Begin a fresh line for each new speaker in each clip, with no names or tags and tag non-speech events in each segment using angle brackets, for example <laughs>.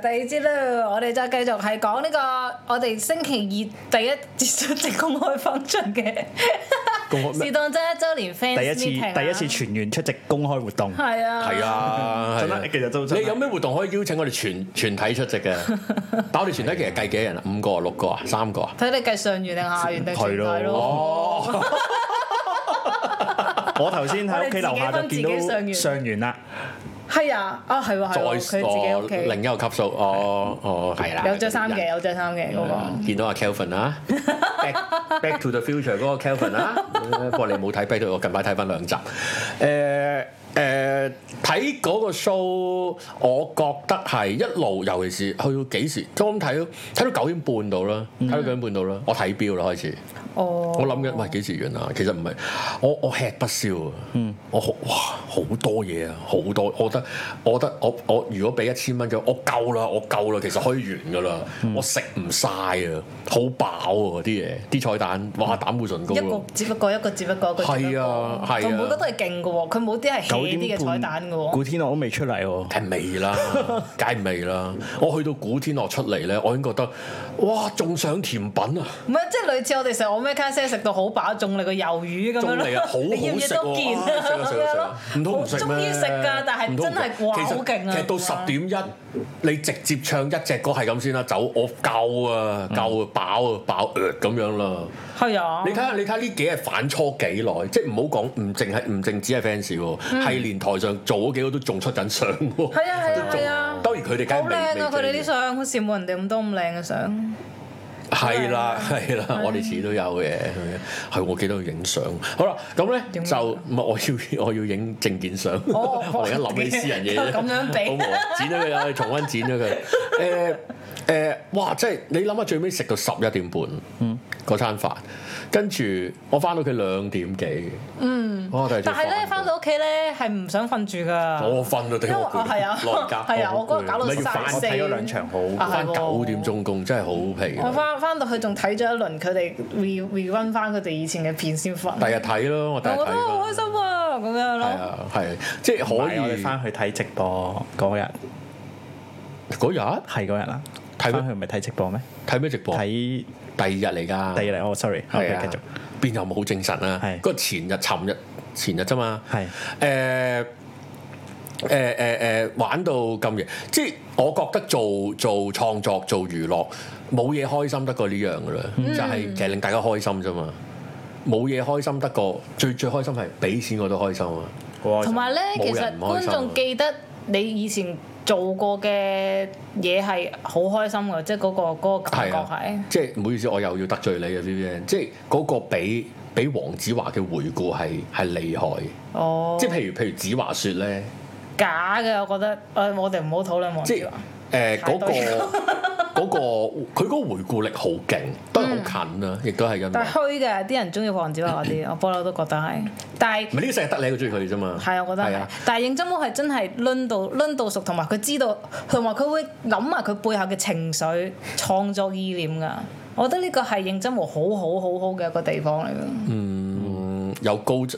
第二支啦，我哋就繼續係講呢個我哋星期二第一節即公開 function 嘅
公開
是當真一週年 fans
第一次
meeting 啊
第一次全員出席公開活
<laughs>
動，
係啊，
係啊，
真
係啊
係其實都真係
你有咩活動可以邀請我哋全全體出席嘅？
<laughs>
但我哋全體其實計幾人啊？五個、六個啊、三個啊？
睇你計上元定下元定全
係咯
體咯。
哦，
我頭先喺屋企樓下就見
我哋自己分自
到
己
上元啦，
係啊，啊係喎係
<laughs> 再
喎，佢自己
哦
屋
另
企
一個級數，哦哦係啦，
有着衫嘅，有着衫嘅嗰個。
啊見到阿 Kelvin 啦，Back Back to the Future 嗰個 Kelvin 啦， <laughs> 不過你冇睇 Back to，我近排睇翻兩集。誒誒，睇嗰個 show，我覺得係一路，尤其是去到幾時，咁睇睇到九點半到啦，睇到九點半到啦，我睇表啦開始。
哦，
我諗緊，喂幾時完啊？其實唔係，我我吃不消啊！我好哇好多嘢啊，好多！我覺得我覺得我我如果俾一千蚊嘅，我夠啦，我夠啦，其實可以完噶啦，我食唔晒啊，好飽啊啲嘢，啲彩蛋，哇膽固醇高
嗯一個
啊！
只不過一個只不過一個只不過。
係啊係啊
佢每個都係勁嘅喎，佢冇啲係 hea 啲嘅彩蛋嘅喎。
古天樂都未出嚟喎，
梗係未啦，梗係未啦！我去到古天樂出嚟咧，我已經覺得哇，仲想甜品啊！
唔係，即係類似我哋食我咩卡西食到好飽， <laughs> 中你個魷魚咁樣
中
咯。
嚟啊，好好
你要唔要
食
都見 <laughs>
喎！啊食啊食啊食啊！唔通唔食咩？
中意食㗎，但係
唔通唔
真
食
係哇好勁啊！
其實其實到十點一，你直接唱一隻歌係咁先啦，走我夠啊，
嗯
夠啊，飽啊，飽呃咁樣啦。
係啊
你睇，下，你睇下呢幾日反搓幾耐，即係唔好講，唔淨係唔淨止係 fans 喎，係連台上做嗰幾個都仲出緊相喎。
嗯係啊係啊係啊！
當然佢哋梗係
好
未
靚啊！佢哋
未
啲
追
相好羨慕人哋咁多咁靚嘅相。啊
係啦，係啦，我哋次都有嘅，係我記得去影相。好啦，咁咧
點啊
就唔係我要我 <laughs> 要影證件相。
哦
<laughs> 我而家諗起私人嘢
<laughs>
啫，
咁樣
好
比
無啊剪咗佢啦，我哋重温剪咗佢。
<laughs>
誒誒，哇！即係你諗下，最尾食到十一點半，
嗯
嗰餐飯，跟住我翻到佢兩點幾，嗯，我
但係咧，翻到屋企咧係唔想瞓住㗎。
我瞓到
因為
頂我
我係啊
哦攰，老人家
<laughs> 係啊我嗰日搞到
唔係要
三
返
我
四
睇咗兩場好，
啊
翻
係喎
九點鐘工，真係好疲
我
嘅。
翻翻到去仲睇咗一輪佢哋 re re run 翻佢哋以前嘅片先瞓。
第日睇咯，我第日
我
睇
覺得好
咯
開。心啊，咁樣
係
咯。
啊，係，即係
我
可
哋
以
翻去睇直播嗰日
嗰日
係嗰日啦，
睇
睇
咩
翻去唔係睇直播咩？
睇咩直播？
睇
第二日嚟㗎，
第二嚟，我 sorry，我
係
哋
啊，
繼續
邊有冇精神啊？
係
嗰前日、尋日、前日啫嘛。
係
誒誒誒誒，玩到咁夜，即係我覺得做做創作、做娛樂冇嘢開心得過呢樣㗎啦，
嗯
就係其實令大家開心啫嘛。冇嘢開心得過，最最開心係俾錢我都開心啊！
好開心
同埋咧，其
冇
實
人唔開
觀
心啊
眾記得你以前做過嘅嘢係好開心嘅，即係嗰個嗰個感
係
覺
啊
係，。
即係唔好意思，我又要得罪你嘅 B B 即係嗰個俾俾黃子華嘅回顧係係厲害嘅，
哦
即，係譬如譬如子華説咧。
假嘅，我覺得。誒，我哋唔好討論黃子
即係
華。
誒嗰個
太多
<laughs> 嗰個佢嗰個回顧力好勁，都係好近啦，亦都係因為
嗯但係虛嘅，啲人中意黃子華嗰
<laughs>
啲，我不嬲都覺得係。但係
唔係呢個世界得你一個中意佢啫嘛。
係，我覺得
係
係
啊。。
但係認真冇係真係攆到攆到熟，同埋佢知道，同埋佢會諗埋佢背後嘅情緒、創作意念㗎。我覺得呢個係認真冇好好好好嘅一個地方嚟㗎。
嗯，有高質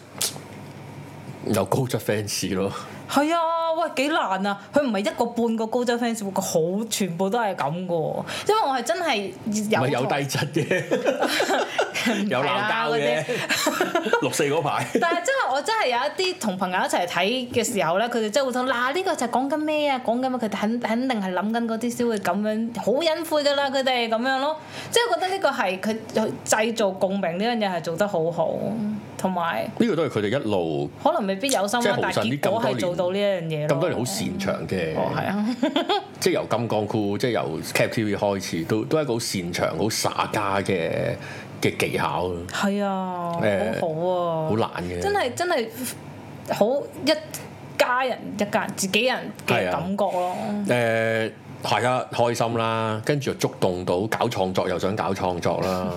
有高質 fans 咯，
係啊，喂幾難啊！佢唔係一個半個高質 fans，佢好全部都係咁㗎喎。因為我係真係
唔
有
係有
同
低
<laughs>
質嘅，有
係
鬧
啦
交
嗰
嘅
啲，
<laughs> 六四嗰排。
但係真係我真係有一啲同朋友一齊睇嘅時候咧，佢哋真係會講嗱呢個就係講緊咩啊，講緊咩，佢哋肯肯定係諗緊嗰啲先會咁樣，好隱晦㗎啦，佢哋咁樣咯，即係覺得呢個係佢佢製造共鳴呢樣嘢係做得好好，同埋
呢個都係佢哋一路
可能未必有心
即係
啦，但
豪神呢
係結果係做到呢一樣嘢咯
咁多年好擅長嘅。
哦，係啊，
即係由金剛箍，即係由 Cap TV 開始，都都係一個好擅長、好耍家嘅嘅技巧咯，
係啊，
誒
好好啊，
好難嘅。
真係真係好一家人一家人自己人
係
嘅
啊
感覺咯，
誒，大家開心啦，跟住又觸動到搞創作，又想搞創作
<laughs>
啦。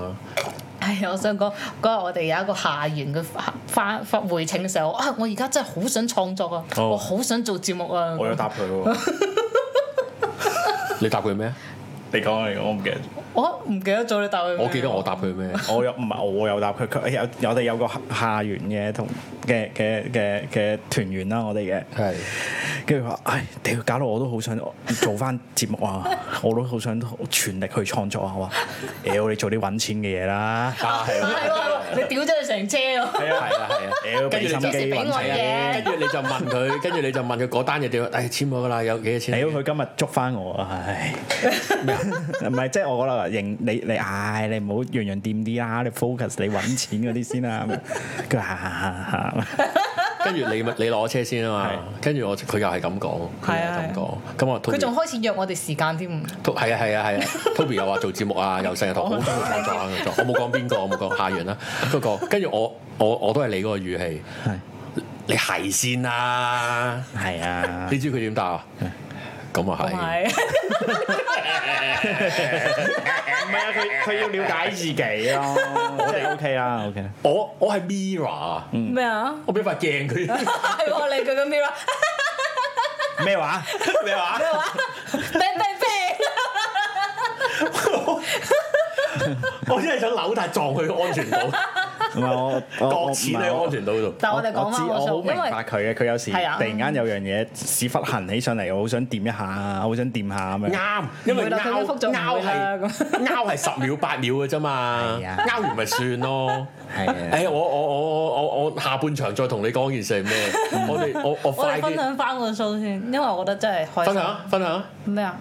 係，啊我想講嗰日我哋有一個下員嘅翻翻回程嘅時候，啊！我而家真係好想創作啊，
哦
我好想做節目啊。
我有答佢喎， <laughs>
你答佢咩？
<laughs>
你講啊你講，我唔記得咗。
我唔記得咗你答佢咩。
我記得我答佢咩？
我有唔係我有答佢，佢有我哋有個下員嘅同嘅嘅嘅嘅團員啦，我哋嘅。
係
跟住佢話：唉，屌，搞到我都好想 <laughs> 做翻節目啊！我都好想全力去創作啊！我話： <laughs> 屌，你做啲揾錢嘅嘢啦！
<laughs> 啊係
係喎係喎你屌咗佢成車喎，
係啊係啊係啊，
屌，
跟
俾
住
心
你
機
就
揾
俾我
錢。
嘢
啊跟住你就問佢，跟住你就問佢嗰單嘢點？唉，簽咗㗎啦，有幾多錢？
屌佢今日捉翻我，唉！啊唔係 <laughs> 即係我覺得認你你唉，你唔好樣樣掂啲啦，你 focus 你揾錢嗰啲先啦。佢話啊
跟住你咪你攞車先啊嘛，跟住我佢又係咁講，佢又
係
係
啊
咁講，咁我
佢仲
Toby
開始約我哋時間添。
To- 係啊係啊係啊，Toby 又話做節目啊，又成日同我好中意創作啊創作，我冇講邊個，我冇講下元啦，不過跟住我我我都係你嗰個語氣，
係
你係先啦，
係啊
你，知佢點答啊？咁
同
啊係。
埋
唔係啊，佢佢要了解自己咯， <laughs> 我哋 OK 啦，OK。
我我係 Mira，啊
咩啊？
我俾塊鏡佢，
係喎，你佢個 mirror
咩話？
你話
<laughs> 啤啤
我真係想扭但係撞佢個安全島，
唔係我我 <laughs>
各
我
似你安全島度。
但我哋
我
講翻
知我好
數，
明
因為
白佢嘅，佢有時突
係啊
然間有樣嘢屎忽痕起上嚟，我好想掂一下，好想掂下咁樣。
啱，因為
唔會啦佢
拗
都覆咗唔
拗
會啦
係拗係十秒八秒嘅啫嘛，
係啊
拗完咪算咯。
係啊
誒，哎我我我我我下半場再同你講件事
<laughs>
係咩？我哋我我
我
快
哋分
啲
享翻個數先，因為我覺得真係開
分
心。
享分享。
咩啊？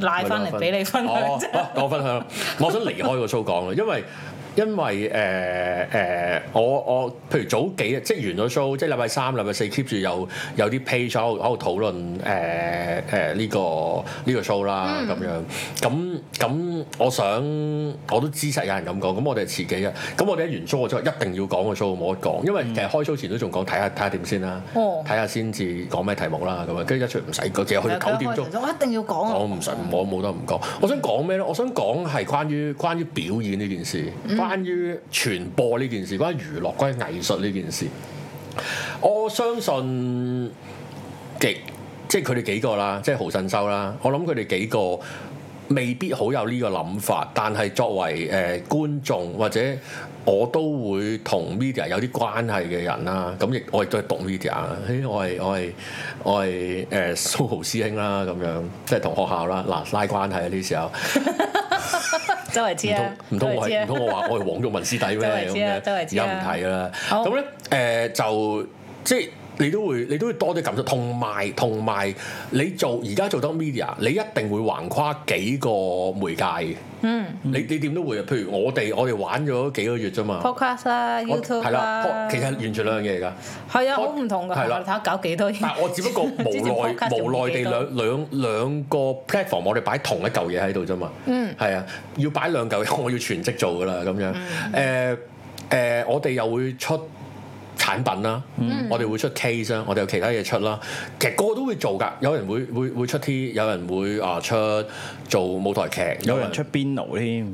拉翻嚟俾你啊分享
哦
啫。
哦我分享，我想離開個 show 講啦，因為因為誒誒、呃我我譬如早幾日即係完咗 show，即係禮拜三、禮拜四 keep 住有有啲 page 喺度喺度討論誒誒呢個呢、個 show 啦
嗯
咁、樣，咁咁我想我都知實有人咁講，咁我哋係遲幾日，咁我哋一完 show 我就一定要講個 show 冇得講，因為其實開 show 前都仲講睇下睇下點先啦，
嗯哦
睇下先至講咩題目啦咁樣，跟住一出唔使，佢其實去
啊
到九點哦鐘。
我一定要講啊！
我唔想，我冇得唔講。我想講咩咧？我想講係關於關於表演呢件事，
嗯
關於傳播呢件事，關於娛樂、關於藝術呢件事。我相信極即係佢哋幾個啦，即係豪信修啦。我諗佢哋幾個未必好有呢個諗法，但係作為誒、呃、觀眾或者我都會同 media 有啲關係嘅人啦。咁亦我亦都係讀 media 啦。嘿我係我係我係誒、呃、蘇豪師兄啦，咁樣即係同學校啦，嗱拉關係啊呢時候。
周圍知啊，
唔
周
通我
圍知
係唔
啊
通我話我係黃玉文師
<laughs>
弟咩
周圍
咁
知啊
樣？
周
而
圍知啊
家唔睇啦。
好
咁咧誒就即係你都會你都會多啲感受，同埋同埋你做而家做得 media，你一定會橫跨幾個媒介嘅。
嗯
你你點都會啊？譬如我哋我哋玩咗幾個月啫嘛。
，podcast 啦
啊我
，YouTube
係啦
啦，，
其實完全兩樣
<laughs>
嘢嚟㗎。
係啊，好唔同㗎。
係啦啊
我哋睇下搞幾多嘢。
但係我只不
<laughs>
過無
之前
奈
podcast
無奈地
仲冇
兩兩兩個 platform，我哋擺同一嚿嘢喺度啫嘛。
嗯，
係啊，要擺兩嚿嘢，我要全職做噶啦咁樣。誒誒、
嗯
我哋又會出產品啦，
嗯
我哋會出 case 啦，我哋有其他嘢出啦。其實個個都會做㗎，有人會會會出 T，有人會啊出做舞台劇，
有人出邊爐添，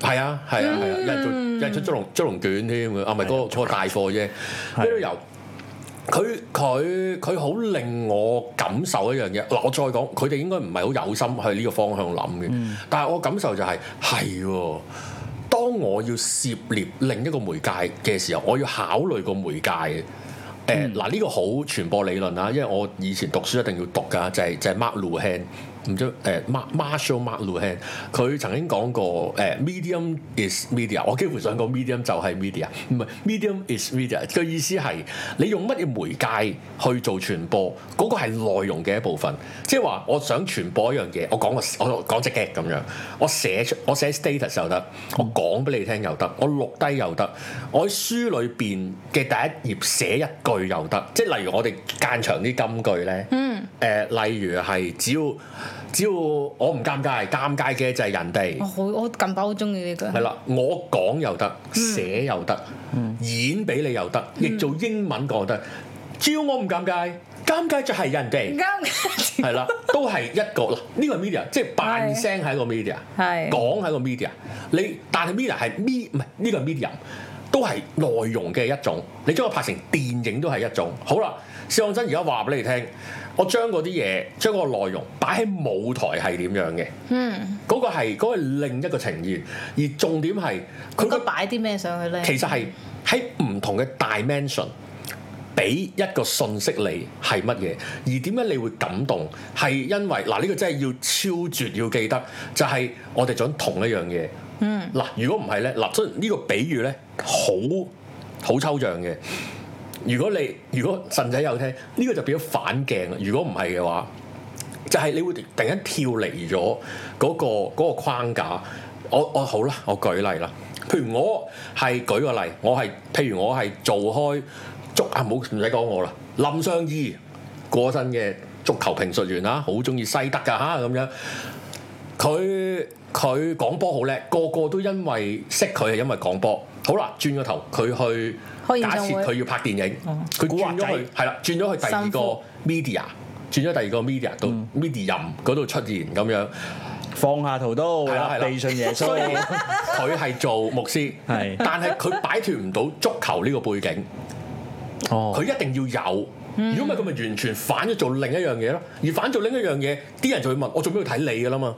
係啊，係啊，係啊，有人做，有人出竹籠竹籠卷添啊，唔啊係嗰個嗰個大貨啫，
係
跟住由佢佢佢好令我感受一樣嘢。嗱，我再講，佢哋應該唔係好有心去呢個方向諗嘅，但係我感受就係係喎。當我要涉獵另一個媒介嘅時候，我要考慮個媒介嘅。誒嗱呢個好傳播理論啦，因為我以前讀書一定要讀㗎，就係、就係、Mark Luhan，唔知誒、Mark Marshall Mark Luhan，佢曾經講過誒、medium is media，我幾乎想講 medium 就係 media，唔係 medium is media，佢意思係你用乜嘢媒介去做傳播，嗰、個係內容嘅一部分，即係話我想傳播一樣嘢，我講個我講隻 gag 咁樣，我寫出我寫 status 又得，我講俾你聽又得，我錄低又得，我喺書裏邊嘅第一頁寫一句又得，即係例如我哋間長啲金句咧，嗯，誒、例如係只要只要我唔尷尬，尷尬嘅就係人哋
我。好，我近排好中意呢句。
係啦，我講又得，寫又得，演俾你又得，亦做英文講又得。只要我唔尷尬，尷尬就係人哋。
啱
係啦，都係一個嗱，呢個 media 即係扮
嗯係
聲係一個 media，
<laughs> 係
講係一個 media，你但係 media 係 me 唔係呢個 medium 都係內容嘅一種，你將佢拍成電影都係一種。好啦，施朗真而家話俾你聽，我將嗰啲嘢將嗰個內容擺喺舞台係點樣嘅，
嗯，
嗰、個係嗰、個係另一個呈現，而重點係佢
佢
個
該擺啲咩上去咧？
其實係喺唔同嘅 dimension。俾一個信息你係乜嘢，而點解你會感動？係因為嗱，呢、個真係要超絕要記得，就係、我哋想同一樣嘢。嗯，嗱，如果唔係咧，嗱，雖然呢個比喻咧好好抽象嘅。如果你如果神仔有聽，呢、個就變咗反鏡啦。如果唔係嘅話，就係你會突然間跳離咗嗰、個嗰個框架。我我好啦，我舉例啦。譬如我係舉個例，我係譬如我係做開足啊，唔好唔使講我啦，林尚義過身嘅足球評述員啦，好中意西德㗎吓咁樣。佢佢講波好叻，個個都因為識佢係因為講波。好啦，轉個頭佢去
開演
假
唱會
設佢要拍電影，佢
古
轉
惑
咗
仔
去係啦，轉咗去第二
辛
個
苦
media，轉咗第二個 media 到 media 嗰度出現咁樣。
放下屠刀，
係啦係啦
地信耶
雖
穌
然。佢係做牧師，
係
但係佢擺脱唔到足球呢個背景，
哦
佢，一定要有。如果唔係，佢咪完全反咗做另一樣嘢咯。而反做另一樣嘢，啲人就會問：我做咩要睇你噶啦嘛？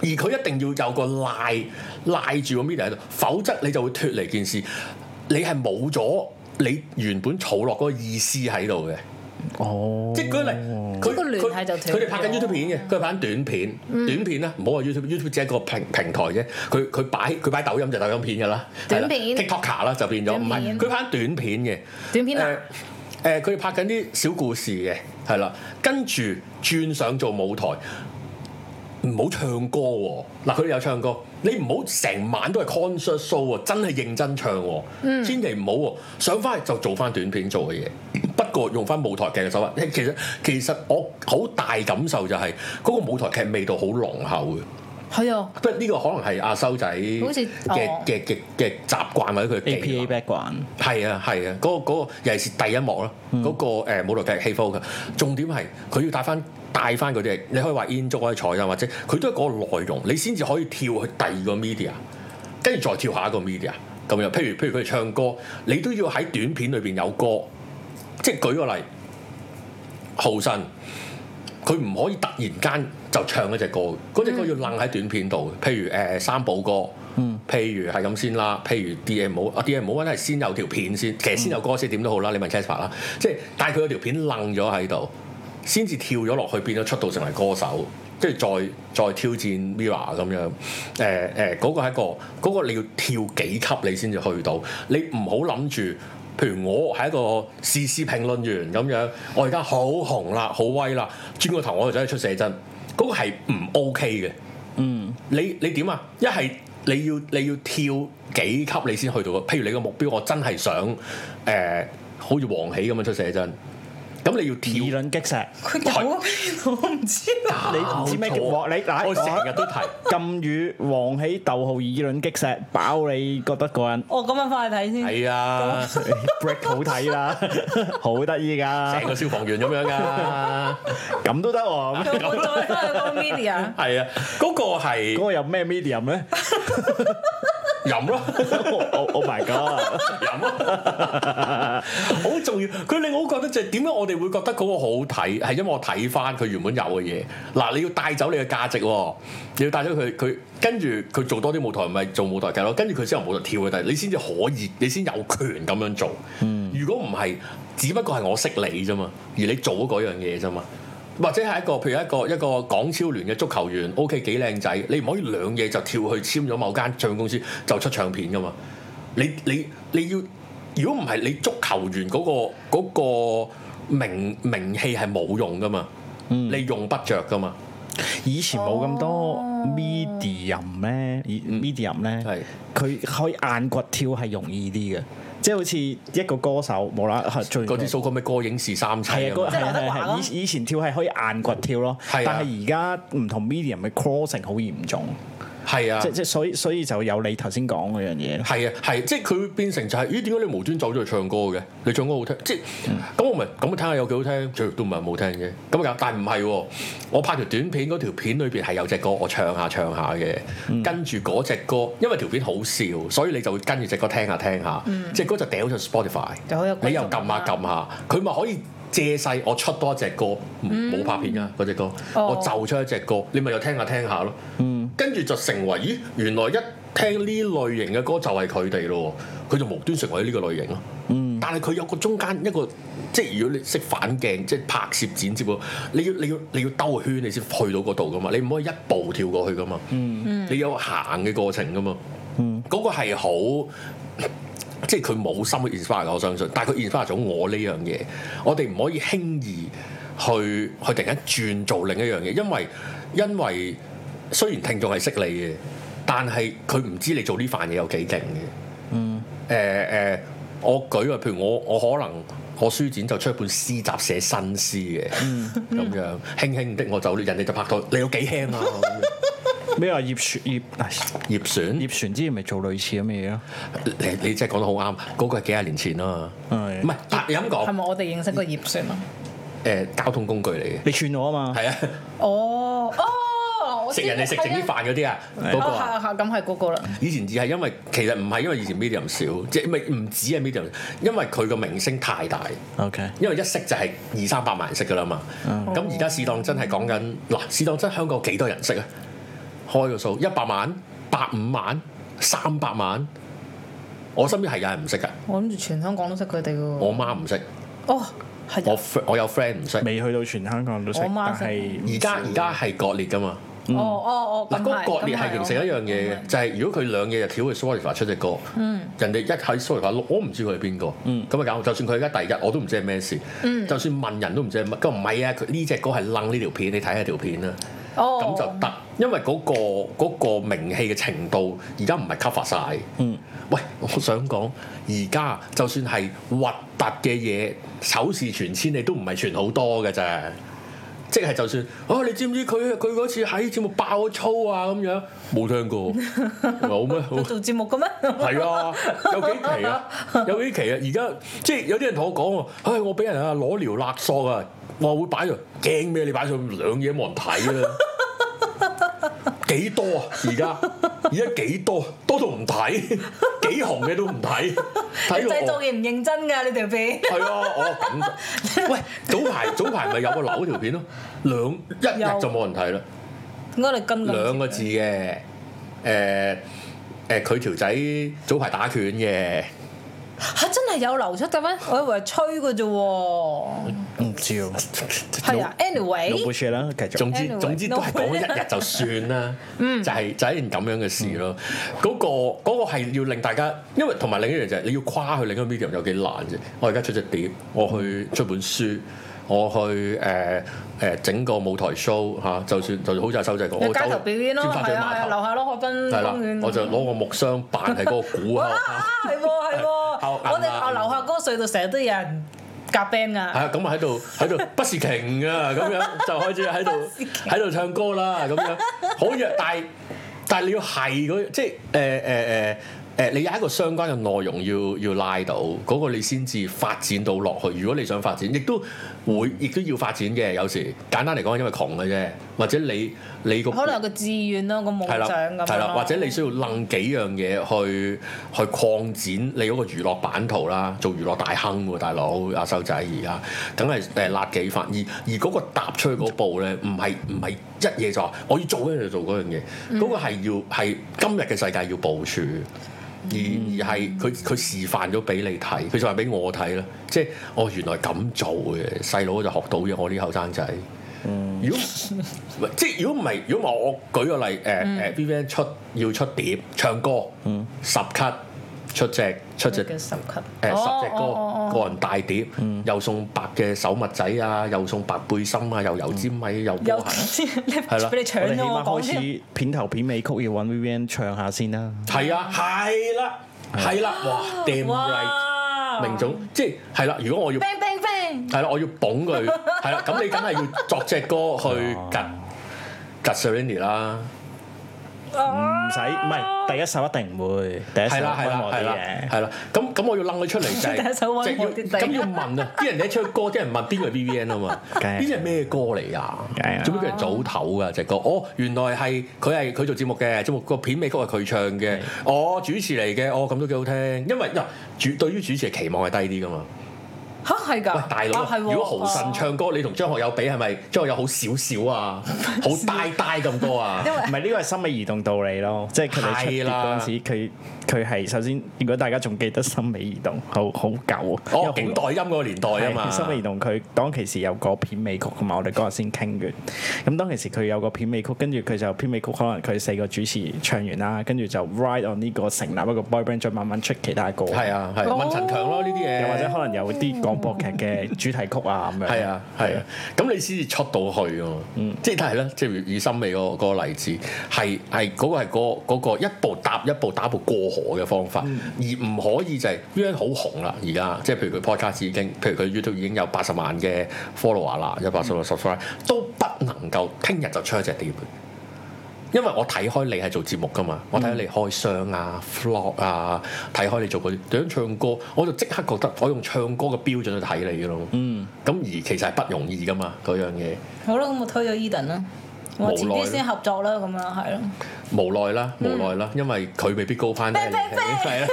而佢一定要有個賴賴住個 media 喺度，否則你就會脱離件事。你係冇咗你原本儲落嗰個意思喺度嘅。
哦，
即係舉例，佢
嗰個聯繫
佢
就斷啊嗯
佢哋拍緊
咗
YouTube 片嘅，佢拍緊短片，短片啦，唔好話 YouTube，YouTube 只係一個平平台啫。佢佢擺佢擺抖音就抖音片㗎啦，係
短
啦
片
，TikToker 啦就變咗，唔
短
係
片
佢拍緊短片嘅。
短片啊，
誒誒，佢哋拍緊啲小故事嘅，係啦，跟住轉上做舞台，唔好唱歌喎。嗱，佢哋有唱歌，你唔好成晚都係 concert show 喎，真係認真唱喎，
嗯
千祈唔好喎。上翻去就做翻短片做嘅嘢，不過用翻舞台劇嘅手法。其實其實我好大感受就係、嗰、個舞台劇味道好濃厚嘅。
係啊，
不過呢個可能係阿修仔
好似
嘅
哦
嘅嘅嘅習慣或者佢嘅技
APA
能
background，
係啊係啊，嗰、個嗰個尤其是第一幕啦，嗰、個、呃、舞台劇氣氛嘅重點係佢要帶翻帶翻嗰啲，你可以話煙燭可以彩啊，或者佢都係嗰個內容，你先至可以跳去第二個 media，跟住再跳下一個 media 咁樣。譬如譬如佢哋唱歌，你都要喺短片裏邊有歌，即係舉個例，浩信佢唔可以突然間就唱一隻歌，嗰隻歌要楞喺短片度嘅，譬如誒、呃三寶歌。譬如係咁先啦，譬如 D M 冇啊 D M 冇係先有條片先，其實先有歌先點都好啦，你問 Casper 啦，即係但係佢有條片楞咗喺度，先至跳咗落去變咗出道成為歌手，跟住再再挑戰 Mira 咁樣，誒誒嗰個係一個嗰、個你要跳幾級你先至去到，你唔好諗住。譬如我係一個時事評論員咁樣，我而家好紅啦，好威啦，轉個頭我就走去出寫真，嗰、個係唔 OK 嘅。
嗯，
你你點啊？一係你要你要跳幾級你先去到個，啊譬如你個目標，我真係想誒、呃好似王喜咁樣出寫真，咁你要
議
跳。
論擊石，
佢有邊度我唔知啊。
你唔知咩叫
搞錯
王你嗱
我成日都提，
禁語王喜逗號議論擊石，包你覺得個人
哦我咁樣翻去睇先。
係
<laughs>
啊，
break 好睇啦，好得意
成
㗎，
個消防員咁樣噶，
咁都得喎。
有冇再翻去個 media？
係啊，嗰、個係
嗰個有咩 medium 咧
飲咯。
？Oh oh my god！
飲啊！好重要，佢令我覺得就係點解我哋會覺得嗰個好睇，係因為我睇翻佢原本有嘅嘢。嗱，你要帶走你嘅價值喎，你要帶走佢佢，跟住佢做多啲舞台，咪做舞台劇咯。跟住佢先由舞台跳嘅，但係你先至可以，你先有權咁樣做。如果唔係，只不過係我識你啫嘛，而你做咗嗰樣嘢啫嘛。或者係一個譬如一個一個港超聯嘅足球員，OK 幾靚仔，你唔可以兩嘢就跳去簽咗某間唱片公司就出唱片噶嘛。你你你要，如果唔係你足球員嗰、個嗰、個名名氣係冇用噶嘛，
嗯
你用不着噶嘛，
以前冇咁多
哦
medium 咧以，medium
係
咧，佢可以硬骨跳係容易啲嘅，即係好似一個歌手無啦啦做完
嗰啲數個咩歌影視三
係
棲
啊，嗰
啊嘛
即係劉德
係
華
係
咯
係以以前跳係可以硬骨跳咯，
係啊
但係而家唔同 medium 嘅 crossing 好嚴重，
係啊
即。即所以所以就有你頭先講嗰樣嘢咯。
係啊，係即係佢會變成就係、咦？點解你無端走咗去唱歌嘅？你唱歌好聽，即係咁我咪咁聽下有幾好聽，最都唔係冇聽嘅。咁啊，但係唔係喎？我拍條短片，嗰條片裏邊係有隻歌，我唱下唱下嘅，跟住嗰隻歌，因為條片好笑，所以你就會跟住隻歌聽下聽下，隻歌就掉咗上 Spotify，
就好有歸屬
你又撳啊下
感
撳下，佢咪可以。借勢，我出多一隻歌，唔冇拍片啊㗎嗰隻歌，
哦
我就出一隻歌，你咪又聽下聽下咯。跟住就成為咦，原來一聽呢類型嘅歌就係佢哋咯，佢就無端成為呢個類型咯。
嗯，
但係佢有個中間一個，即係如果你識反鏡，即係拍攝剪接喎，你要你要你要兜個圈你先去到嗰度噶嘛，你唔可以一步跳過去噶嘛。你有行嘅過程噶嘛。嗰個係好。即係佢冇心去 inspire 我相信，但係佢 inspire 咗我呢樣嘢，我哋唔可以輕易去去突然間轉做另一樣嘢，因為因為雖然聽眾係識你嘅，但係佢唔知你做呢份嘢有幾勁嘅。誒誒、我舉個譬如我我可能我書展就出一本詩集寫新詩嘅，咁樣輕輕的我走了，人哋就拍拖，你有幾輕啊？
咩話葉璇葉唉
葉璇，
葉璇之前咪做類似咁嘅嘢咯，
你你真係講得好啱，嗰、個係幾廿年前啦，
係
唔係但係咁
係
講
咪我哋認識個葉璇啊？
誒交通工具嚟嘅，
你串我啊嘛，
係啊，
哦哦，我知
食人哋食整啲飯嗰啲啊，嗰個啊
哦，係係咁係嗰個啦。
以前只係因為其實唔係因為以前 medium 少，即係咪唔止係 medium，因為佢個名聲太大。
，OK，
因為一識就係二三百萬人識噶啦嘛。咁而家試當真係講緊嗱，試當真香港幾多人識啊？開個數一百萬、百五萬、三百萬，我身邊係有人唔識㗎，
我諗住全香港都識佢哋嘅喎。
我媽唔識，
哦，係
我
啊
fr- 我有 friend 唔識。
未去到全香港都識，
我媽
但
識
係唔
而家
少
而家係割裂㗎嘛？
哦哦哦，
嗱，
咁
嗰
係
個割裂係形成一樣嘢嘅，就係如果佢兩嘢就跳去 Spotify 出隻歌，
嗯
人哋一喺 Spotify 碌，我唔知佢係邊個，咁咪搞。就算佢而家第一，我都唔知係咩事，
嗯
就算問人都唔知係乜。咁唔係啊，佢呢隻歌係楞呢條片，你睇下條片啦。
哦，
咁就得，因為嗰、個嗰、個名氣嘅程度，而家唔係 cover 晒。嗯，喂，我想講，而家就算係核突嘅嘢，醜事傳千，你都唔係傳好多嘅啫。即係就算，哦，你知唔知佢佢嗰次喺節目爆咗粗啊咁樣，冇聽過，冇咩？好
佢做節目嘅咩？
係啊，有幾期啊，有幾期啊！而家即係有啲人同我講喎，唉，我俾人啊攞聊勒索啊，我話會擺上驚咩？你擺上兩嘢冇人睇啦， <laughs> 幾多啊？而家而家幾多？多到唔睇，幾紅嘅都唔睇，睇
製
到
作
我。
嘢唔認真㗎，你條片。
係啊，我咁喂，早排早排咪有個樓條片咯，兩一日就冇人睇啦。
我哋跟咁
兩個字嘅，誒誒佢條仔早排打拳嘅，
嚇真係有流出嘅咩？我以為係吹嘅啫喎。
唔知喎，
係啊
用
，anyway，
本事啦，繼續，
總之
Anyway，
總之都係
no
講一日就算啦，就係就係一件咁樣嘅事咯。嗰個嗰個係要令大家，因為同埋另一樣就係你要跨去另一個 medium 有幾難啫。我而家出隻碟，我去出本書。我去誒誒整個舞台 show 嚇、就算就算好似阿修仔講，
有
我
街頭
走
表演咯，
尖沙咀
係啊係
碼
啊，
頭
樓下咯，海濱
係啦
公園，。
我就攞個木箱扮係嗰個
<laughs>
鼓喺
啊啊
度敲
係喎係
<laughs>
喎，
敲
我哋
硬
啊
啊
樓下嗰個隧道成日都有人夾 band 㗎。
係啊，咁啊喺度喺度不時停啊，咁樣就開始喺度喺度唱歌啦，咁樣好弱，但係但係你要係嗰即係誒誒誒誒，你有一個相關嘅內容要要拉到，嗰、個你先至發展到落去。如果你想發展，亦都會亦都要發展嘅。有時簡單嚟講，因為窮嘅啫，或者你你個
可能有個志願咯，個夢
係啦，
想咁
係
樣
啦，
咯
或者你需要楞幾樣嘢去去擴展你嗰個娛樂版圖啦，做娛樂大亨喎，大佬阿修仔而家，梗係誒辣幾飯，而而嗰個踏出去嗰步咧，唔係唔係一嘢就話我要做嗰樣就做嗰樣嘢，嗰、個係要係今日嘅世界要部署。而而係佢佢示範咗俾你睇，佢就話俾我睇啦，即係哦原來咁做嘅，細佬就學到嘢，我啲後生仔。如果唔係即係如果唔係，如果唔係我舉個例，誒、
嗯
誒 Vivian 出要出碟唱歌，十級出隻出隻
叫十級，
誒十隻
哦
歌
哦
個人大碟，又送白嘅手襪仔啊，又送白背心啊，又油尖米又
哦有
波鞋，
你
啦
俾你
我哋
搶
起
咗我
碼
講
開
先，
始片頭片尾曲要揾 Vivian 唱下先啦，
係啊，係啦，係啦，哇，damn right，
哇！
明總，即係係啦，如果我要。
bang bang bang，
係啦，我要
<laughs>
捧佢，係啦，咁你梗係要作隻歌去
哦
夾夾 s e r e n i 啦，嗯
哦
唔使唔
啊
係第一首一定唔會，第一首
係啦係
温
啦
和
係
啲
啦
嘅。
係啦，咁咁我要掕佢出嚟就
<laughs> 第一首溫
係
和啲
即係
第一
要咁要
<laughs>
問啊，啲人你一出歌，啲人問邊個係 B B N 啊嘛，
<laughs> 梗係
呢隻係咩歌嚟啊
梗係啊？
做咩叫人早唞噶隻歌？哦，原來係佢係佢做節目嘅，節目個片尾曲係佢唱嘅，哦主持嚟嘅，哦咁都幾好聽，因為嗱主對於主持嘅期望係低啲噶嘛。
嚇係㗎，
喂，大佬
啊係
啊，
喎
如果豪神唱歌，你同張學友比係咪張學友好少少
<laughs>
啊？好呆呆咁多啊？
因為
唔係呢個係心理移動道理咯，即係佢哋出碟
係
嗰
啦
陣時，佢佢係首先，如果大家仲記得心理移動，好好舊啊，
哦，
因
勁
為
代音嗰個年代啊嘛，
心理移動佢當其時有個片尾曲噶嘛，我哋嗰日先傾完。咁當其時佢有個片尾曲，跟住佢就片尾曲可能佢四個主持唱完啦，跟住就 ride on 呢個成立一個 boy band，再慢慢出其他歌。
係啊係，
哦
問陳強咯呢啲嘢，
又或者可能有啲廣播劇嘅主題曲啊咁樣。
係啊，係啊，咁你先至出到去啊嘛，即係但係咧，即係以心美嗰個嗰個例子，係係嗰個係嗰個嗰個一步踏一步打一步過河嘅方法，而唔可以就係因為好紅啦，而家即係譬如佢 podcast 已經，譬如佢 YouTube 已經有八十萬嘅 follower 啦，有八十萬 subscribe，都不能夠聽日就出一隻碟。因為我睇開你係做節目噶嘛，我睇開你開箱啊、vlog 啊，睇開你做嗰啲，對於唱歌，我就即刻覺得我用唱歌嘅標準去睇你嘅咯。嗯，咁而其實係不容易噶嘛，嗰樣嘢
好啦，咁我推咗 Eden 啦，我
無
遲
奈
啲
啦
先合作啦，咁樣係咯。
無奈啦，無奈啦，因為佢未必高攀得你，
呸呸呸
係啦，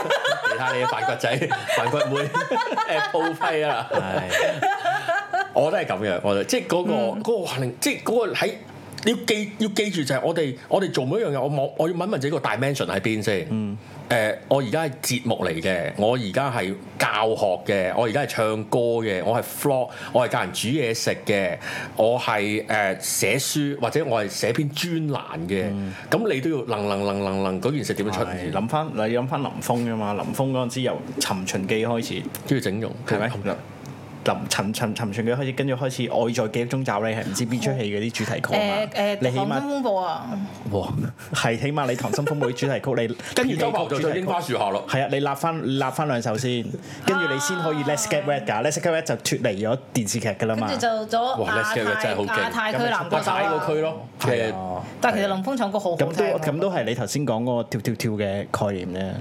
你睇你嘅反骨仔、反骨妹誒鋪批啊！
係
我都係咁樣，我哋即係嗰、個
嗯
嗰、個令，即係嗰個喺你要記要記住就係我哋我哋做每一樣嘢，我望我要問問自己個 dimension 喺邊先。嗯。誒、我而家係節目嚟嘅，我而家係教學嘅，我而家係唱歌嘅，我係 flog，我係教人煮嘢食嘅，我係誒、寫書或者我係寫篇專欄嘅。咁、你都要能能能能能嗰件事點樣出
嗯係
現？
諗翻你諗翻林峯噶嘛，林峯嗰陣時由《尋秦記》開始。
都要整容，
係咪？林陳陳陳傳佢開始，跟住開始愛在記憶中找你，係唔知邊出戲嗰啲主題曲啊
誒
嘛
誒，
你起
溏心
碼
風暴啊，
哇！
係起碼你《溏心風暴》主題曲，你
<laughs> 跟住周柏豪就
主
做
題曲
櫻花樹下咯。
係啊，你立翻立翻兩首先，跟住你先可以 Let's Get Red 㗎，Let's Get Red 就脱離咗電視劇㗎啦
啊跟
嘛
住。就咗
哇！Let's
亞
get
太
真係好勁，
亞太區南啊
我
角走
踩個區
啦。
咯，即
係
係
啊，
但係其實林峰唱歌好好聽啊
咁都
喎。
咁都係你頭先講嗰個跳跳跳嘅概念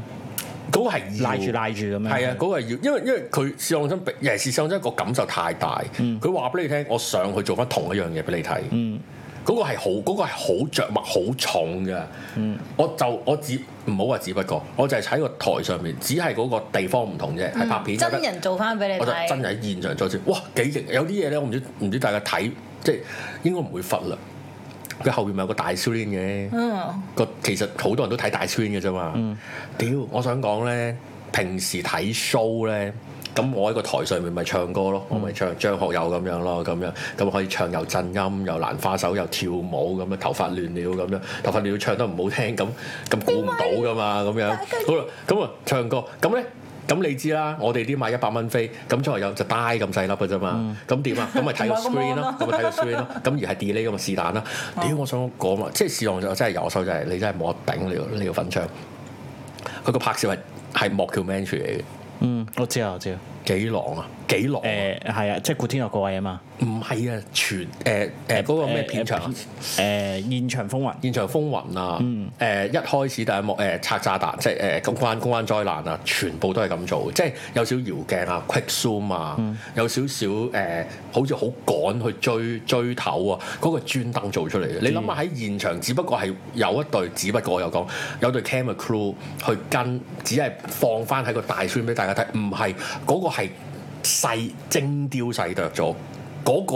嗰個係
啫，
要
拉住。拉住咁樣。
係啊，嗰、個係要，因為因為佢試當真，尤其是試當真個感受太大。
嗯
佢話俾你聽，我上去做翻同一樣嘢俾你睇。嗯，嗰個係好，嗰、個係好着墨、好重嘅。嗯，我就我只唔好話只不過，我就係喺個台上面，只係嗰個地方唔同
嗯
啫，係、拍片有得
真人做翻俾你
我就
睇
真。係喺現場再接，哇幾勁！有啲嘢咧，我唔知唔知大家睇，即係應該唔會忽略。佢後邊咪有個大 s 鏈嘅。
嗯，
個其實好多人都睇大 screen 嘅啫嘛。屌、我想講咧，平時睇 show 咧，咁我喺個台上面咪唱歌咯，我咪唱張學友咁樣咯，咁樣咁可以唱又震音又蘭花手又跳舞咁樣，頭髮亂了咁樣，頭髮亂唱得唔好聽咁咁估唔到噶嘛，咁樣好啦，咁啊唱歌咁咧。咁你知啦，我哋啲買一百蚊飛，咁張學友就呆咁細粒嘅啫嘛，咁點啊？咁咪睇個
同埋個
screen
mon，
咯
咯
咁咪睇個 screen 咯，
<laughs>
咁而係 delay 咁咪是但啦。
哦
屌，我想講嘛，即係試當就真係有手就係你真係冇得頂，你個你個粉腸，佢個拍攝係係 mockumentary 嚟嘅，
嗯，我知啊，我知啊。
幾狼啊，幾狼啊
誒係啊，即係古天樂嗰位啊嘛。
唔係啊，全誒誒嗰個咩片場啊
誒？誒現場風雲。
現場風雲啊，誒、一開始第一幕誒、拆炸彈，即係誒公關公關災難啊，全部都係咁做，即係有少搖鏡啊、quick zoom 啊，有少少誒、好似好趕去追追頭啊，嗰、個專登做出嚟嘅。你諗下喺現場，只不過係有一隊，只不過我有講有隊 camera crew 去跟，只係放翻喺個大圈俾大家睇，唔係嗰個係細精雕細琢咗。嗰、個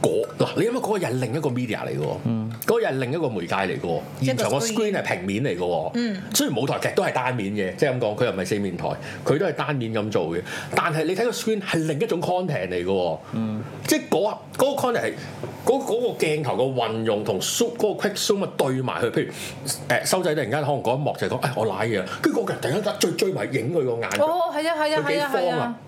嗰嗱，你諗下嗰個又係另一個 media 嚟嘅喎，嗰個又係另一個媒介嚟嘅喎，現場個
即係個
screen
screen
係平面嚟嘅喎，雖然舞台劇都係單面嘅，即係咁講，佢又唔係四面台，佢都係單面咁做嘅，但係你睇個 screen 係另一種 content 嚟嘅喎，即係嗰嗰個 content 係嗰嗰個鏡頭嘅運用同 zoom 嗰個 quick zoom 啊對埋去，譬如誒收仔突然間可能嗰一幕就係講，哎誒我賴嘢啦，跟住嗰個人突然間追追埋影佢個眼。
哦，係啊，係啊，
佢幾
係啊，係
慌啊
啊，！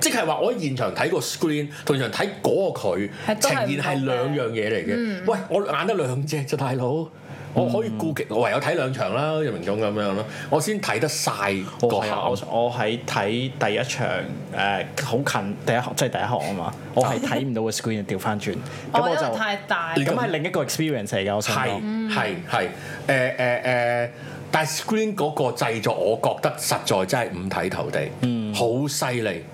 即係話我喺現場睇個 screen，同現場睇嗰個佢
係都係唔嗯
呈現係兩樣嘢嚟嘅。喂，我眼得兩隻啫，大佬。我可以顧極，我唯有睇兩場啦，一明總咁樣咯，我先睇得晒個
我係啊
效。
我我喺睇第一場誒好近第一行，即係第一行啊嘛，我
哦
係睇唔到個 screen 調翻轉，咁我
我哦因為
就
太大。
啊咁係另一個 experience 嚟㗎，我想
係
講。
係係誒誒誒，但係 screen 嗰個製作，我覺得實在真係五體投地，好犀利。好
嗯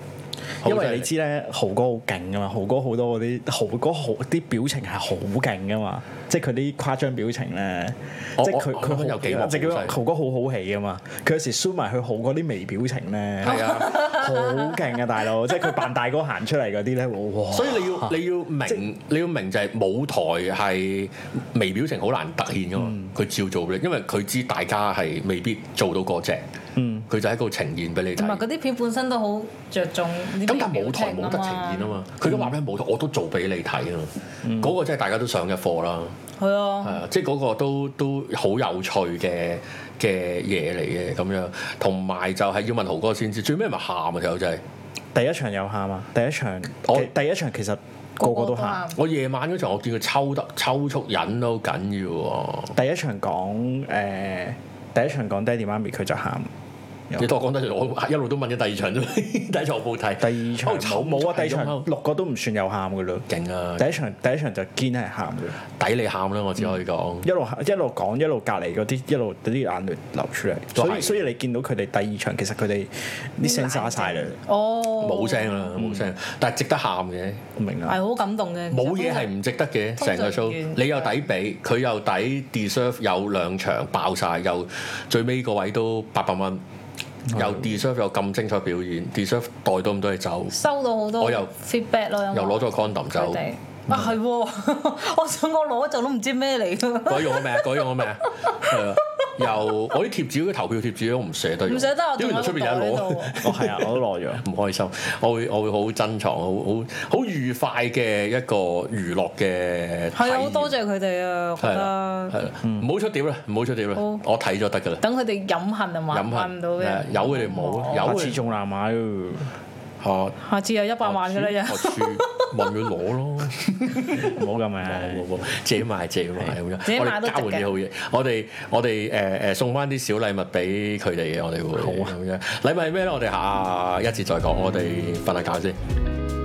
因
犀
為
利
你知咧，豪哥好勁噶嘛，豪哥好多嗰啲豪哥好啲表情係好勁噶嘛，即係佢啲誇張表情咧，
我
即係佢
我
佢
我諗有幾幕
即係
好犀利 <laughs>
豪哥好好戲噶嘛，佢有時 show 埋佢豪哥啲微表情咧，
係啊，
好勁啊，大佬！即係佢扮大哥行出嚟嗰啲咧，哇！
所以你要你要明你要明哦啊就係舞台係微表情好難突顯噶嘛，佢、照做嘅，因為佢知大家係未必做到嗰只，佢、就喺度呈現俾你
同埋
睇。
嗰啲片本身都好着重呢啲
咁但係
表
舞台
情
冇得呈現啊
嘛，
嘛，佢都話咩舞台我都做俾你睇啊嘛，嗰、個真係大家都上嘅課啦，
係啊
係。啊，即係嗰個都都好有趣嘅嘅嘢嚟嘅咁樣，同埋就係要問豪哥先知，最尾咪喊啊條友仔。
第一場有喊啊！第一場
我
其第一場其實個個都喊。
啱
我夜晚嗰場我見佢抽得抽搐忍都好緊要喎。
第一場講誒，第一場講爹哋媽咪佢就喊。
你當我講得，我一路都問咗第二場啫， <laughs> 第一場我冇睇。
第二場
哦醜
冇啊！第二場
醜
六個都唔算有喊噶啦。
勁啊！
第一場第一場就堅係喊嘅。
抵你喊啦，我只可以講。
一路一路講，一路隔離嗰啲，一路啲眼淚流出嚟。
都係
所以所以你見到佢哋第二場，其實佢哋啲聲沙晒啦，
哦，
冇聲啦，
嗯
冇聲，但係值得喊嘅，
明啊啦。
係好感動嘅。
冇嘢係唔值得嘅。
通
成
常
個 show，
完
你又抵俾，佢又抵 deserve 有兩場爆晒，又最尾個位都八百蚊，
嗯
又 deserve 有咁精彩表演，deserve 袋到咁多嘢走，
收到好多
我又
feedback 咯，
又攞咗 condom
嗯佢
走。
哋啊係喎， <laughs> 我想我攞就都唔知咩嚟㗎，
改用咗
<laughs>
咩？啊改用咗咩？係啊，又我啲貼紙嗰啲投票貼紙都唔捨得用，
唔捨得我
因
仲
為原來出邊有
喺
<laughs> 人
度
攞。。
哦，係啊，我都攞咗。
唔開心，我會我會好珍藏，好好好愉快嘅一個娛樂嘅體驗。
係啊，好多謝佢哋啊，我覺
係啦，
得
係啦，
嗯
唔好出碟啦，唔好出碟啦，
好
我睇咗得㗎啦，
等佢哋飲恨啊嘛，
飲
買唔
恨
到
係
嘅，
啊
哦
有佢哋冇啦，有
下
佢
次
哋
仲難 <laughs> 買喎。
嚇
下次有一百萬㗎啦，又
學書問佢
<laughs>
攞咯，
唔好咁樣。
冇冇借埋借埋咁
自己
樣，我
買
哋
都
交
值
換
嘅
啲好嘢，我哋我哋誒誒送翻啲小禮物俾佢哋嘅，我哋會
好啊
咁樣禮物係咩咧？我哋下一節再講，我哋瞓下覺先。